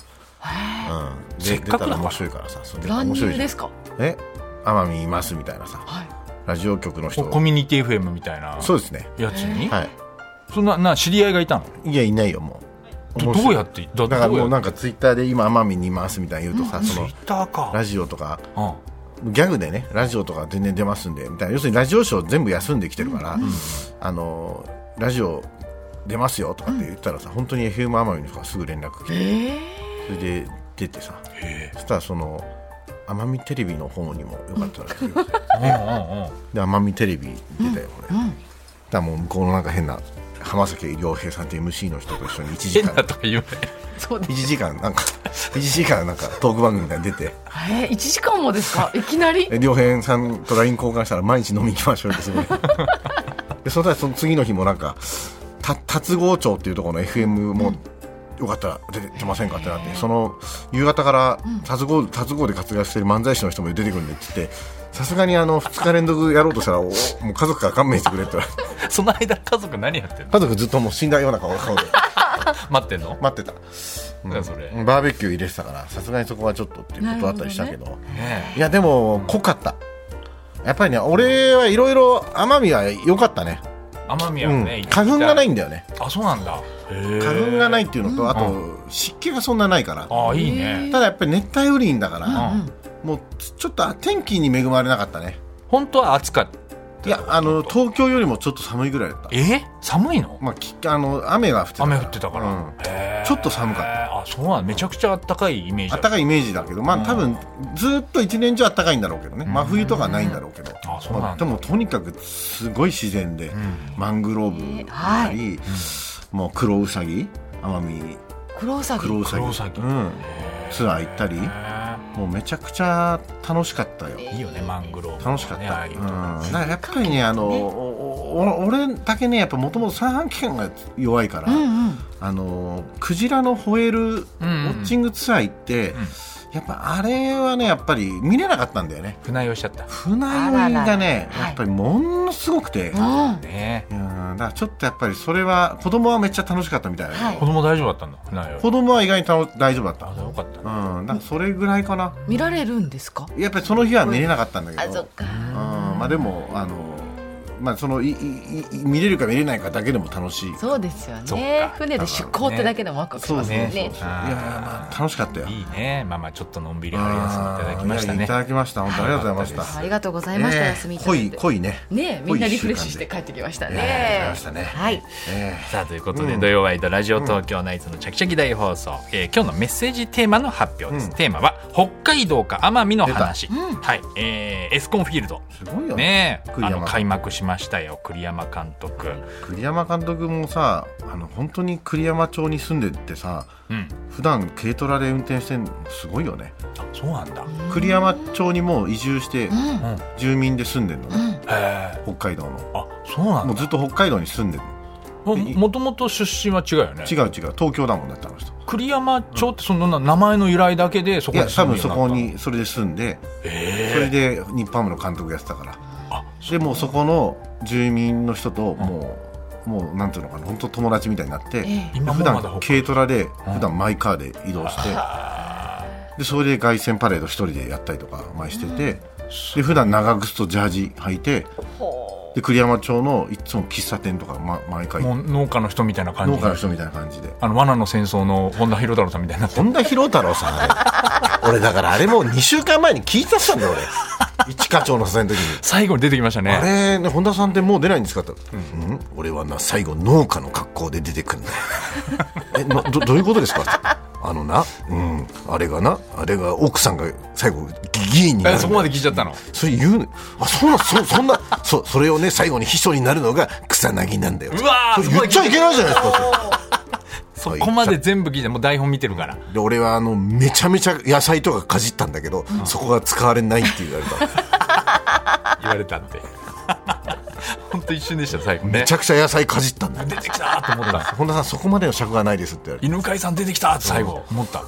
[SPEAKER 2] うん、で
[SPEAKER 1] せっかくだから
[SPEAKER 2] 出たら面白いからさそう出たら
[SPEAKER 3] 乱
[SPEAKER 2] 面白
[SPEAKER 3] 入
[SPEAKER 2] いじゃ
[SPEAKER 3] で
[SPEAKER 2] ん
[SPEAKER 3] すか
[SPEAKER 2] え奄美いますみたいなさ
[SPEAKER 3] はい
[SPEAKER 2] ラジオ局の人
[SPEAKER 1] コミュニティ FM みたいな
[SPEAKER 2] そうですね
[SPEAKER 1] やつに、
[SPEAKER 2] はい
[SPEAKER 1] そんなな知り合いがいたの
[SPEAKER 2] いやいないよも
[SPEAKER 1] どど
[SPEAKER 2] 面白
[SPEAKER 1] う
[SPEAKER 2] い
[SPEAKER 1] やってだ
[SPEAKER 2] だからもう
[SPEAKER 1] な
[SPEAKER 2] なんかツイッターで今奄美にいますみたいに言うとさ、
[SPEAKER 1] ツ
[SPEAKER 2] そ
[SPEAKER 1] イ
[SPEAKER 2] の
[SPEAKER 1] ッターか
[SPEAKER 2] ラジオとか
[SPEAKER 1] うん
[SPEAKER 2] ギャグでねラジオとか全然出ますんでみたいな要するにラジオショー全部休んできてるから、あのラジオ出ますよとかって言ったらさ、本当に FM 奄美の人がすぐ連絡来て、それで出てさそしたらその奄美テレビの方にもよかったら
[SPEAKER 1] [LAUGHS]
[SPEAKER 2] 来てく [LAUGHS] だ
[SPEAKER 1] うんう
[SPEAKER 2] さい
[SPEAKER 1] んうん
[SPEAKER 2] で奄美テレビ出たよこれ、だからもう向こうのなんか変な浜崎良平さんっていう MC の人と一緒に1時
[SPEAKER 1] [LAUGHS] 変な
[SPEAKER 2] 間
[SPEAKER 1] とか言うね
[SPEAKER 3] そうです
[SPEAKER 2] 1時間なんか1時間なんかトーク番組みたいに出て
[SPEAKER 3] えー、1時間もですかいきなり
[SPEAKER 2] で良平さんと LINE 交換したら毎日飲み行きましょうってすごい
[SPEAKER 1] [LAUGHS]
[SPEAKER 2] でそのその次の日もなんかた達郷町っていうところの FM も、よかったら出て出ませんかってなってその夕方から達郷達郷で活躍してる漫才師の人も出てくるんでって言ってさすがにあの2日連続やろうとしたらおもう家族から勘弁してくれって言われて
[SPEAKER 1] [LAUGHS] その間家族何やってんの
[SPEAKER 2] 家族ずっともう死んだような
[SPEAKER 1] [LAUGHS]
[SPEAKER 2] 顔顔で
[SPEAKER 1] 待ってんの
[SPEAKER 2] 待ってた、うん
[SPEAKER 1] なんだそれ
[SPEAKER 2] バーベキュー入れてたからさすがにそこはちょっとっていうことだったりしたけど
[SPEAKER 1] ね
[SPEAKER 2] いやでも濃かったやっぱりね俺はいろいろ奄美は良かったね、
[SPEAKER 1] え奄美
[SPEAKER 2] う
[SPEAKER 1] は
[SPEAKER 2] ん
[SPEAKER 1] ね、
[SPEAKER 2] 花粉がないいんだよね
[SPEAKER 1] あそうなんだ
[SPEAKER 2] 花粉がないいっていうのと、あと湿気がそんなないから
[SPEAKER 1] あいいね
[SPEAKER 2] ただやっぱり熱帯雨林だから、
[SPEAKER 1] うん
[SPEAKER 2] もうちょっと天気に恵まれなかったね
[SPEAKER 1] 本当は暑かった
[SPEAKER 2] いやあの東京よりもちょっと寒いぐらいだった
[SPEAKER 1] え寒いの
[SPEAKER 2] まあ、きあの雨が降ってたから
[SPEAKER 1] 雨降ってたから
[SPEAKER 2] うん
[SPEAKER 1] へえ
[SPEAKER 2] ちょっと寒かった
[SPEAKER 1] あそうなんめちゃくちゃ暖かいイメージ
[SPEAKER 2] 暖
[SPEAKER 1] あ
[SPEAKER 2] かいイメージだけど、まあ、多分ずっと一年中暖かいんだろうけどね、真冬とかないんだろうけど、
[SPEAKER 1] あそうなんだ
[SPEAKER 2] まあでもとにかくすごい自然で、マングローブだったり、もうクロウサギ奄美
[SPEAKER 3] 黒うさ
[SPEAKER 2] クロ
[SPEAKER 3] ぎ
[SPEAKER 2] ウサギ
[SPEAKER 1] クロウサギ
[SPEAKER 2] うん、ツアー行ったりもうめちゃくちゃ楽しかったよ。
[SPEAKER 1] いいよねマングローブ
[SPEAKER 2] 楽しかった、、
[SPEAKER 1] ねああいううんとこ
[SPEAKER 2] だからやっぱりねあの、おお俺だけねやっぱもともと三半規管が弱いから、
[SPEAKER 3] うんうん
[SPEAKER 2] あのクジラの吠えるウォッチングツアー行って、やっぱあれはねやっぱり見れなかったんだよね
[SPEAKER 1] 船酔いしちゃった
[SPEAKER 2] 船酔いがね
[SPEAKER 3] あららら
[SPEAKER 2] やっぱりものすごくて、
[SPEAKER 3] うんは
[SPEAKER 1] ね
[SPEAKER 2] うんだからちょっとやっぱりそれは子供はめっちゃ楽しかったみたいな、
[SPEAKER 1] 子
[SPEAKER 3] い
[SPEAKER 1] 供大丈夫だったんだ船酔い
[SPEAKER 2] 子供は意外にたの大丈夫だった
[SPEAKER 1] あよかった
[SPEAKER 2] うんだからそれぐらいかな
[SPEAKER 3] 見られるんですか
[SPEAKER 2] やっぱりその日は見れなかったんだけ
[SPEAKER 3] あ
[SPEAKER 2] ど、
[SPEAKER 3] そっか
[SPEAKER 2] うんまあでもあのまあそのいいいい見れるか見れないかだけでも楽しい
[SPEAKER 3] そうですよ
[SPEAKER 1] そっ
[SPEAKER 3] ね
[SPEAKER 1] か
[SPEAKER 3] 船で出港ってだけでもワクワクし
[SPEAKER 2] そう
[SPEAKER 3] ま
[SPEAKER 2] そう
[SPEAKER 3] す
[SPEAKER 2] そう
[SPEAKER 3] よ
[SPEAKER 2] そう、
[SPEAKER 1] ね
[SPEAKER 2] いや
[SPEAKER 3] ね
[SPEAKER 2] まあ楽しかったよ
[SPEAKER 1] いいねまあまあちょっとのんびりあるやつもいただき
[SPEAKER 2] あーい
[SPEAKER 1] ま
[SPEAKER 2] や
[SPEAKER 1] した
[SPEAKER 2] い
[SPEAKER 1] ね
[SPEAKER 2] ただきました本当ありがとうございまし
[SPEAKER 3] あ
[SPEAKER 2] た
[SPEAKER 3] りがとうございました、
[SPEAKER 2] ね
[SPEAKER 3] 休みいただ
[SPEAKER 2] 濃
[SPEAKER 3] いて
[SPEAKER 2] い濃いね
[SPEAKER 3] ねみんなリフレッシュして帰ってきましたね
[SPEAKER 2] 濃い一週間でね
[SPEAKER 3] はい
[SPEAKER 2] え
[SPEAKER 1] さあということで、
[SPEAKER 2] うん
[SPEAKER 1] 土曜ワイドラジオ東京ナイツのチャキチャキ大放送、えー今日のメッセージテーマの発表です、
[SPEAKER 2] うん
[SPEAKER 1] テーマは北海道か奄美の話、はい、えーエスコンフィールド
[SPEAKER 2] えすごいよね
[SPEAKER 1] ねえ
[SPEAKER 2] 栗
[SPEAKER 1] あ
[SPEAKER 2] 山
[SPEAKER 1] の開幕しましたよ栗山監督、
[SPEAKER 2] 栗山監督もさあの本当に栗山町に住んでってさ
[SPEAKER 1] うん、
[SPEAKER 2] 普段軽トラで運転してんのすごいよね
[SPEAKER 1] あそうなんだ、うん
[SPEAKER 2] 栗山町にもう移住して
[SPEAKER 1] へ
[SPEAKER 2] 住民で住んでんのね、
[SPEAKER 1] え
[SPEAKER 2] 北海道の
[SPEAKER 1] あそうなん
[SPEAKER 2] も
[SPEAKER 1] だ
[SPEAKER 2] うずっと北海道に住んでる
[SPEAKER 1] も
[SPEAKER 2] の
[SPEAKER 1] もともと出身は違うよね
[SPEAKER 2] 違う違う東京だもんだってあの人
[SPEAKER 1] 栗山町ってそのな名前の由来だけでそ
[SPEAKER 2] い
[SPEAKER 1] こ
[SPEAKER 2] や
[SPEAKER 1] に住
[SPEAKER 2] 多
[SPEAKER 1] む
[SPEAKER 2] 分
[SPEAKER 1] ように
[SPEAKER 2] そ
[SPEAKER 1] な
[SPEAKER 2] こ
[SPEAKER 1] った
[SPEAKER 2] にそれで住んで
[SPEAKER 1] え
[SPEAKER 2] それで日ハムの監督やってたから
[SPEAKER 1] あ
[SPEAKER 2] でもうそこの住民の人ともう、もうなんていうのかな本当友達みたいになって、
[SPEAKER 3] え
[SPEAKER 1] 今も
[SPEAKER 2] 普
[SPEAKER 1] まだ
[SPEAKER 2] 段
[SPEAKER 1] 北海道
[SPEAKER 2] 軽トラで普段マイカーで移動して、でそれで凱旋パレード一人でやったりとか前してて、で普段長靴とジャージ履いてで栗山町のいつも喫茶店とか、ま、毎回
[SPEAKER 1] もう農家の人みたいな感
[SPEAKER 2] 農
[SPEAKER 1] じ
[SPEAKER 2] 家の人みたいな感じで。
[SPEAKER 1] あの罠の戦争の本田博太郎さんみたいになってる
[SPEAKER 2] 本田博太郎さ [LAUGHS] んあれ俺だからあれもう2週間前に聞いてたんだよ俺一課長の撮影の時に
[SPEAKER 1] 最後に出てきましたね
[SPEAKER 2] あれね本田さんってもう出ないんですかって、うん俺はな最後農家の格好で出てくんだよえなどどういうことですかってあのな、うん、あれがなあれが奥さんが最後議員になる
[SPEAKER 1] え
[SPEAKER 2] んだ
[SPEAKER 1] そ
[SPEAKER 2] よ
[SPEAKER 1] こまで聞いちゃったの
[SPEAKER 2] それ言うのあそうなんそそんなそそれをね最後に秘書になるのが草薙なんだよ
[SPEAKER 1] うわー
[SPEAKER 2] それ言っちゃいけないじゃないですか
[SPEAKER 1] [LAUGHS] そ
[SPEAKER 2] はい
[SPEAKER 1] こまで全部聞いてもう台本見てるから
[SPEAKER 2] で俺はあのめちゃめちゃ野菜とかかじったんだけど、そこが使われないって言われ
[SPEAKER 1] [LAUGHS]
[SPEAKER 2] た
[SPEAKER 1] 言われたって [LAUGHS] 本当一瞬でした最後ね
[SPEAKER 2] めちゃくちゃ野菜かじったんだよ
[SPEAKER 1] 出てきたーと思った
[SPEAKER 2] 本田さんそこまでの尺がないですって言われて
[SPEAKER 1] 犬飼さん出てきたーって最後思った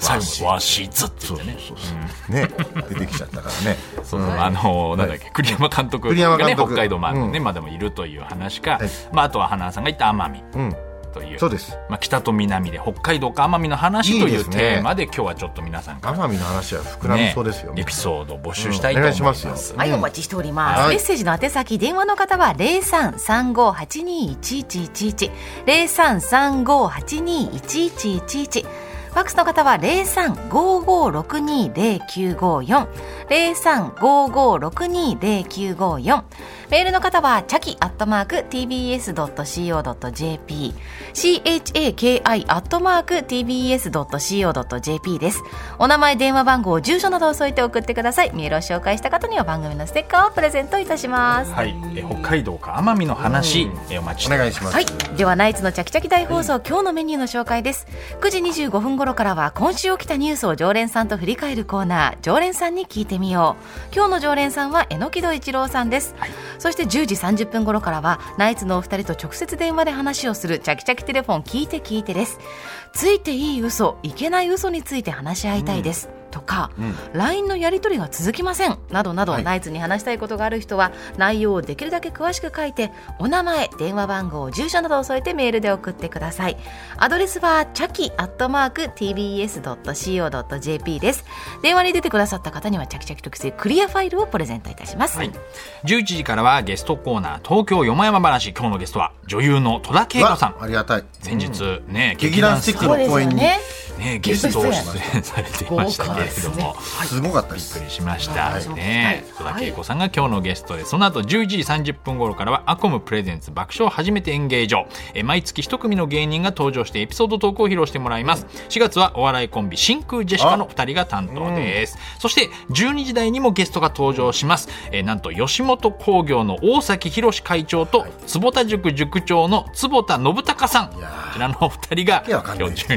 [SPEAKER 1] 最後わしずって言
[SPEAKER 2] そ
[SPEAKER 1] っ
[SPEAKER 2] う
[SPEAKER 1] て
[SPEAKER 2] そう
[SPEAKER 1] ね
[SPEAKER 2] そうそうね出てきちゃったからね
[SPEAKER 1] そうそうあのーなんだっけ栗山監督が
[SPEAKER 2] 栗山
[SPEAKER 1] ね
[SPEAKER 2] 監
[SPEAKER 1] 北
[SPEAKER 2] 督
[SPEAKER 1] 海道まあねまあでもいるという話か
[SPEAKER 2] はい
[SPEAKER 1] まああとは花さんが言った奄美
[SPEAKER 2] うん
[SPEAKER 1] という
[SPEAKER 2] そうです
[SPEAKER 1] まあ、北と南で北海道か奄美の話と
[SPEAKER 2] いい
[SPEAKER 1] い
[SPEAKER 2] で
[SPEAKER 1] う
[SPEAKER 2] すね
[SPEAKER 1] テーマで今日はちょっと皆さんから
[SPEAKER 2] 奄美の話は膨らみそうですよ、
[SPEAKER 1] エピソードを募集したいと
[SPEAKER 2] うんお
[SPEAKER 1] 思い
[SPEAKER 2] 願いしま
[SPEAKER 1] ますす,、
[SPEAKER 2] よ
[SPEAKER 3] はい、お待ちしております。
[SPEAKER 2] はい
[SPEAKER 3] メッセージの宛先、電話の方は零三三五八二一一一一零三三五八二一一一一。ファックスの方は零三五五六二零九五四零三五五六二零九五四。メールの方はチャキアットマーク tbs ドット co ドット jp c h a k i アットマーク tbs ドット co ドット jp です。お名前、電話番号、住所などを添えて送ってください。メールを紹介した方には番組のステッカーをプレゼントいたします。
[SPEAKER 1] はい、え北海道か奄美の話、えお待ちし
[SPEAKER 2] お
[SPEAKER 1] ておりま
[SPEAKER 2] 願い
[SPEAKER 1] す
[SPEAKER 2] します、
[SPEAKER 3] はい、ではナイツのチャキチャキ大放送、今日のメニューの紹介です9時25分頃からは今週起きたニュースを常連さんと振り返るコーナー常連さんに聞いてみよう今日の常連さんは榎木戸一郎さんです、そして10時30分頃からはナイツのお二人と直接電話で話をするチャキチャキテレフォン聞いて聞いてですついていい嘘いけない嘘について話し合いたいです、とか、LINE のやり取りが続きませんなどなど、
[SPEAKER 2] はい
[SPEAKER 3] ナイツに話したいことがある人は内容をできるだけ詳しく書いてお名前電話番号住所などを添えてメールで送ってくださいアドレスはチャキアットマーク TBS.CO.jp です電話に出てくださった方にはチャキチャキ特製クリアファイルをプレゼントいたします、
[SPEAKER 1] はい、11時からはゲストコーナー東京よもやま話今日のゲストは女優の戸田恵子さ
[SPEAKER 2] わ
[SPEAKER 1] ん
[SPEAKER 2] ありがたい
[SPEAKER 1] 先日ね、
[SPEAKER 2] 劇団スティックの公演に
[SPEAKER 1] ねゲストを出演されていましたけれども、
[SPEAKER 2] すごかったで
[SPEAKER 1] びっく
[SPEAKER 2] す
[SPEAKER 1] りしました
[SPEAKER 2] はい
[SPEAKER 1] ね戸田恵子さんが今日のゲストでその後11時30分頃からはアコムプレゼンツ爆笑初めて演芸場えー毎月一組の芸人が登場してエピソードトークを披露してもらいます4月はお笑いコンビ真空ジェシカの2人が担当です、そして12時台にもゲストが登場しますえーなんと吉本興業の大崎宏会長と坪田塾塾長の坪田信孝さんこ
[SPEAKER 2] いやー
[SPEAKER 1] ちらのお二人が
[SPEAKER 2] けわかんない
[SPEAKER 1] 今日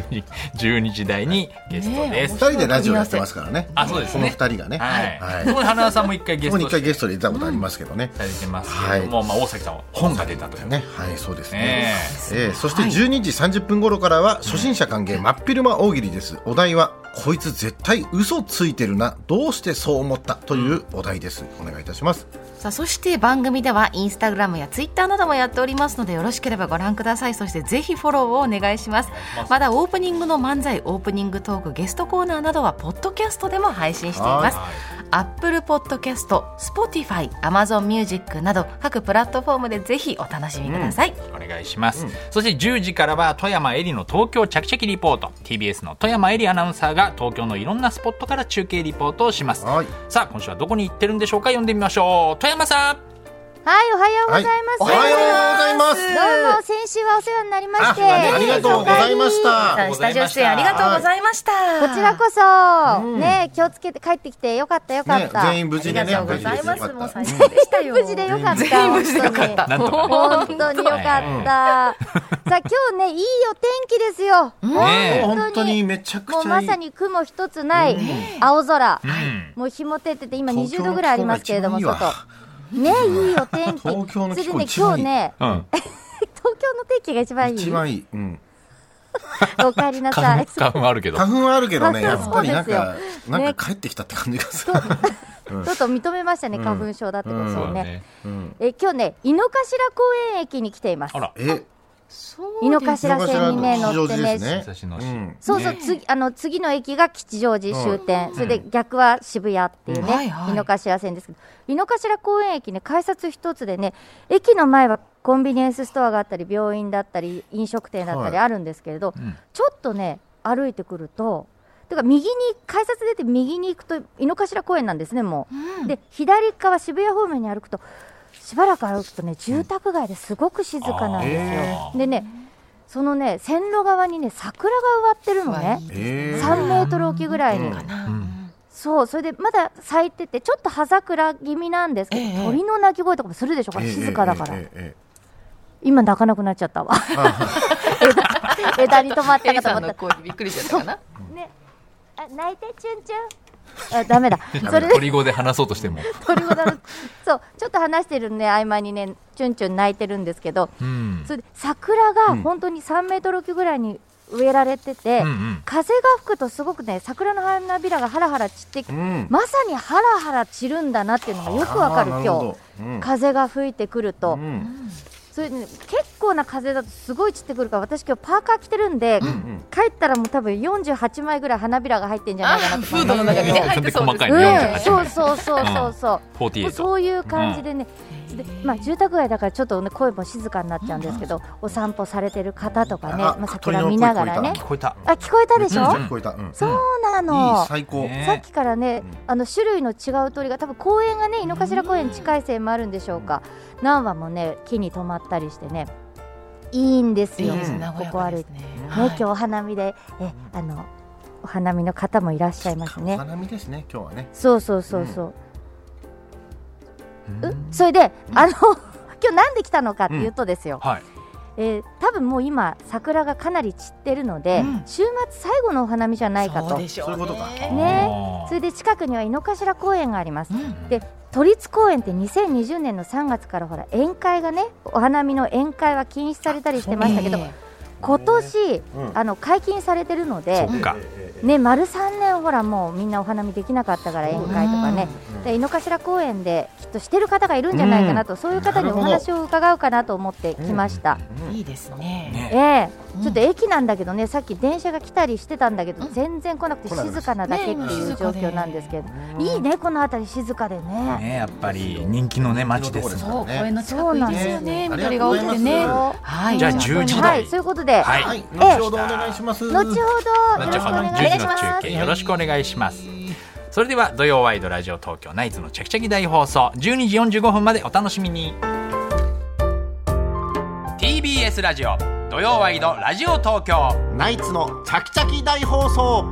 [SPEAKER 1] 12 12時台にゲストです
[SPEAKER 2] 二人でラジオやってますからね
[SPEAKER 1] あそうです
[SPEAKER 2] こ
[SPEAKER 1] ね
[SPEAKER 2] の二人がね
[SPEAKER 1] はい。
[SPEAKER 2] はい
[SPEAKER 1] ここに花輪さんも一回ゲ
[SPEAKER 2] こ
[SPEAKER 1] ス
[SPEAKER 2] こに
[SPEAKER 1] トさ
[SPEAKER 2] 一回ゲストで出たことありますけどね
[SPEAKER 1] れてますけれども、まあ大崎さんは本が出たという。ね
[SPEAKER 2] ねはいそうですね
[SPEAKER 1] え
[SPEAKER 2] えーそして12時30分頃からは初心者歓迎真っ昼間大喜利ですお題は「こいつ絶対嘘ついてるなどうしてそう思った?」というお題ですお願いいたします
[SPEAKER 3] さあそして番組ではインスタグラムやツイッターなどもやっておりますのでよろしければご覧くださいそしてぜひフォローをお願いしますまだオープニングの漫才オープニングトークゲストコーナーなどはポッドキャストでも配信しています
[SPEAKER 1] はい
[SPEAKER 3] アップルポッドキャスト Spotify アマゾンミュージックなど各プラットフォームでぜひお楽しみください、
[SPEAKER 1] お願いします、そして10時からは富山えりの東京チャキチャキリポート TBS の富山えりアナウンサーが東京のいろんなスポットから中継リポートをします
[SPEAKER 2] はい
[SPEAKER 1] さあ今週はどこに行ってるんでしょうか読んでみましょう富山さん
[SPEAKER 4] はい、おはようございます。
[SPEAKER 2] おはようございます
[SPEAKER 4] どうも、先週はお世話になりまして。
[SPEAKER 2] あありがとうございまし
[SPEAKER 1] ありがとう
[SPEAKER 2] た
[SPEAKER 1] ご
[SPEAKER 3] ス
[SPEAKER 1] ざ
[SPEAKER 3] タ
[SPEAKER 1] い
[SPEAKER 3] ジオ
[SPEAKER 1] ました
[SPEAKER 3] 出演ありがとうございました、
[SPEAKER 4] こちらこそ、ね、気をつけて帰ってきてよかったよかっ
[SPEAKER 2] ね
[SPEAKER 4] た。
[SPEAKER 2] 全員無事で
[SPEAKER 3] あり
[SPEAKER 2] ね
[SPEAKER 3] がとうございますもう最
[SPEAKER 2] うん
[SPEAKER 3] 高でしたよ
[SPEAKER 4] 無事でよかった。
[SPEAKER 3] 全員無事でよかった
[SPEAKER 1] なんとかね
[SPEAKER 4] 本当に。本当によかった。さあ、今日ね、いいお天気ですよ。
[SPEAKER 2] [LAUGHS]
[SPEAKER 1] ね
[SPEAKER 2] 本当にめちゃく
[SPEAKER 4] もう
[SPEAKER 2] ちゃ
[SPEAKER 4] ま
[SPEAKER 2] いい
[SPEAKER 4] さに雲一つない青空。
[SPEAKER 1] えうん
[SPEAKER 4] もう日も照ってて、今
[SPEAKER 2] 東京
[SPEAKER 4] 20
[SPEAKER 2] の
[SPEAKER 4] 度ぐらいありますけれども、
[SPEAKER 2] 気候が一番いい。
[SPEAKER 4] 外ね、いいお天気。
[SPEAKER 2] 東京の気候一
[SPEAKER 4] それ
[SPEAKER 2] 番いい
[SPEAKER 4] でね、今日ね、
[SPEAKER 1] うん
[SPEAKER 4] 東京の天気が一番い
[SPEAKER 2] 一
[SPEAKER 4] い。
[SPEAKER 2] 番いい、うん、
[SPEAKER 4] お帰りなさ
[SPEAKER 1] 花
[SPEAKER 4] い
[SPEAKER 1] 粉。花粉はあるけど
[SPEAKER 2] 花粉はあるけどねや
[SPEAKER 4] あ
[SPEAKER 2] っ
[SPEAKER 4] そう
[SPEAKER 2] ぱりなんか、
[SPEAKER 4] そうですよ
[SPEAKER 2] なん
[SPEAKER 4] ね
[SPEAKER 2] か帰ってきたって感じがする、
[SPEAKER 4] ちょっと認めましたね、花粉症だってこと
[SPEAKER 1] そう
[SPEAKER 4] を
[SPEAKER 1] だ
[SPEAKER 4] ね。
[SPEAKER 1] ね
[SPEAKER 2] うん、
[SPEAKER 4] え今日ね、井の頭公園駅に来ています
[SPEAKER 1] あ。ら
[SPEAKER 2] え
[SPEAKER 4] [LAUGHS] 井の頭
[SPEAKER 2] 井の
[SPEAKER 4] 線にね、
[SPEAKER 2] 頭の
[SPEAKER 4] 乗って
[SPEAKER 2] 吉祥寺です
[SPEAKER 4] ね。
[SPEAKER 2] ね
[SPEAKER 1] 武蔵野市
[SPEAKER 2] うん、
[SPEAKER 4] そうそう、
[SPEAKER 1] ね
[SPEAKER 4] 次あの次の駅が吉祥寺終点、それで逆は渋谷っていうね、
[SPEAKER 3] うんはいはい
[SPEAKER 4] 井の頭線ですけど、井の頭公園駅ね、改札一つでね、駅の前はコンビニエンスストアがあったり、病院だったり、飲食店だったり
[SPEAKER 2] は
[SPEAKER 4] あるんですけれど、
[SPEAKER 1] ん
[SPEAKER 4] ちょっとね、歩いてくると、てか右に改札出て右に行くと井の頭公園なんですね、もう。で左側渋谷方面に歩くとしばらく歩くとね住宅街ですごく静かなんですよ。
[SPEAKER 1] あー
[SPEAKER 4] でねそのね線路側にね桜が植わってるのね
[SPEAKER 2] えー、
[SPEAKER 4] 3メートルおきぐらいに、そうそれでまだ咲いててちょっと葉桜気味なんですけど、
[SPEAKER 3] ええ
[SPEAKER 4] 鳥の鳴き声とかもするでしょこ
[SPEAKER 2] え
[SPEAKER 4] れ
[SPEAKER 2] ー
[SPEAKER 4] 静かだから、
[SPEAKER 2] えーえーえー
[SPEAKER 4] 今泣かなくなっちゃったわ [LAUGHS] 枝に止
[SPEAKER 3] [LAUGHS]
[SPEAKER 4] まったかと思った
[SPEAKER 3] 声びっくりしちゃったかな
[SPEAKER 4] ねあ泣いてチュンチュンあダメだそれで
[SPEAKER 1] 鳥語で話そうとしても
[SPEAKER 4] 鳥肌のそうちょっと話してるね合間にねチュンチュン泣いてるんですけど、
[SPEAKER 1] うん
[SPEAKER 4] それで桜が本当に3メートル級ぐらいに植えられてて、
[SPEAKER 1] うんうん
[SPEAKER 4] 風が吹くとすごくね桜の花びらがハラハラ散って、
[SPEAKER 2] ん
[SPEAKER 4] まさにハラハラ散るんだなっていうのがよくわかる
[SPEAKER 2] あーなるほ
[SPEAKER 4] 今
[SPEAKER 2] どうん
[SPEAKER 4] 日風が吹いてくると、
[SPEAKER 2] うん
[SPEAKER 4] それでね、結構な風だとすごい散ってくるから私今日パーカー着てるんで、帰ったらもう多分48枚ぐらい花びらが入ってんじゃないかなと
[SPEAKER 3] フードの中にね
[SPEAKER 1] うん
[SPEAKER 3] 入ってそうで
[SPEAKER 1] 細
[SPEAKER 3] す
[SPEAKER 1] かい
[SPEAKER 4] うん
[SPEAKER 1] ね48
[SPEAKER 4] そうそうそうそうそうもう
[SPEAKER 1] 48
[SPEAKER 4] そういう感じでね、でまあ、住宅街だからちょっと、ね、声も静かになっちゃうんですけど、お散歩されてる方とかね、
[SPEAKER 2] あ
[SPEAKER 4] まあ、桜見ながらね
[SPEAKER 2] 鳥
[SPEAKER 1] 聞こえた
[SPEAKER 4] あ聞こえたでしょ、
[SPEAKER 1] うん
[SPEAKER 2] 聞こえた、うん、
[SPEAKER 4] そうないの
[SPEAKER 2] い最高、
[SPEAKER 1] ね
[SPEAKER 4] さっきからね、
[SPEAKER 2] うん
[SPEAKER 4] あの種類の違う鳥が多分公園がね井の頭公園近いせいもあるんでしょうか、何羽もね木に止まったりしてねいいんです
[SPEAKER 3] いい
[SPEAKER 4] よ
[SPEAKER 3] ですね、名
[SPEAKER 4] こ
[SPEAKER 3] 古屋
[SPEAKER 4] こ
[SPEAKER 3] は
[SPEAKER 4] 歩
[SPEAKER 3] で
[SPEAKER 4] い
[SPEAKER 3] す
[SPEAKER 4] て、
[SPEAKER 3] ね。
[SPEAKER 4] ね今日お花見でえあのお花見の方もいらっしゃいます
[SPEAKER 2] お
[SPEAKER 4] ね
[SPEAKER 2] 花見ですね今日はね
[SPEAKER 4] そうそうそうそう、うそれで、あの [LAUGHS] 今日なんで来たのかっていうとですよ、
[SPEAKER 1] はい
[SPEAKER 4] えー多分もう今桜がかなり散ってるので、
[SPEAKER 3] うん
[SPEAKER 4] 週末最後のお花見じゃないか
[SPEAKER 3] そう
[SPEAKER 4] と
[SPEAKER 3] でしょ
[SPEAKER 2] そういうことか
[SPEAKER 3] ね
[SPEAKER 4] ね
[SPEAKER 1] あー
[SPEAKER 4] それで近くには井の頭公園があります、
[SPEAKER 3] うん
[SPEAKER 4] で都立公園って2020年の3月からほら宴会がねお花見の宴会は禁止されたりしてましたけど、
[SPEAKER 3] え
[SPEAKER 4] 今年、
[SPEAKER 2] うん
[SPEAKER 4] あの解禁されてるので
[SPEAKER 1] そっか
[SPEAKER 4] ね丸3年ほらもうみんなお花見できなかったから宴会とかね、で井の頭公園できっとしてる方がいるんじゃないかなと、そういう方にお話を伺うかなと思って来ました。
[SPEAKER 3] えいいですね。
[SPEAKER 1] ね
[SPEAKER 3] う
[SPEAKER 4] ええ
[SPEAKER 3] ん
[SPEAKER 4] ちょっと駅なんだけどね、さっき電車が来たりしてたんだけど、
[SPEAKER 3] うん
[SPEAKER 4] 全然来なくて
[SPEAKER 2] 来ないです
[SPEAKER 4] 静かなだけっていう状況なんですけど、いいね、この辺り静かでね。
[SPEAKER 1] ねやっぱり人気のね街です
[SPEAKER 2] そ
[SPEAKER 1] もん
[SPEAKER 2] う
[SPEAKER 3] そう、
[SPEAKER 2] ね
[SPEAKER 3] 公園の近くいいですよ
[SPEAKER 2] そうなんで
[SPEAKER 3] ね。
[SPEAKER 2] す
[SPEAKER 3] 緑が多くてね。
[SPEAKER 2] あ
[SPEAKER 3] はい。
[SPEAKER 1] じゃあ10時
[SPEAKER 4] は
[SPEAKER 1] 台
[SPEAKER 4] い、そういうことで、
[SPEAKER 1] はい
[SPEAKER 2] はい後ほどお願いします
[SPEAKER 4] 後ほどよろ
[SPEAKER 1] 後
[SPEAKER 4] しくお
[SPEAKER 1] ほど10時
[SPEAKER 4] 願いし
[SPEAKER 1] の
[SPEAKER 4] ま
[SPEAKER 1] 中
[SPEAKER 4] す
[SPEAKER 1] 継。よろしくお願いしますそれでは土曜ワイドラジオ東京ナイツのチャキチャキ大放送12時45分までお楽しみに TBS ラジオ土曜ワイドラジオ東京
[SPEAKER 2] ナイツのチャキチャキ大放送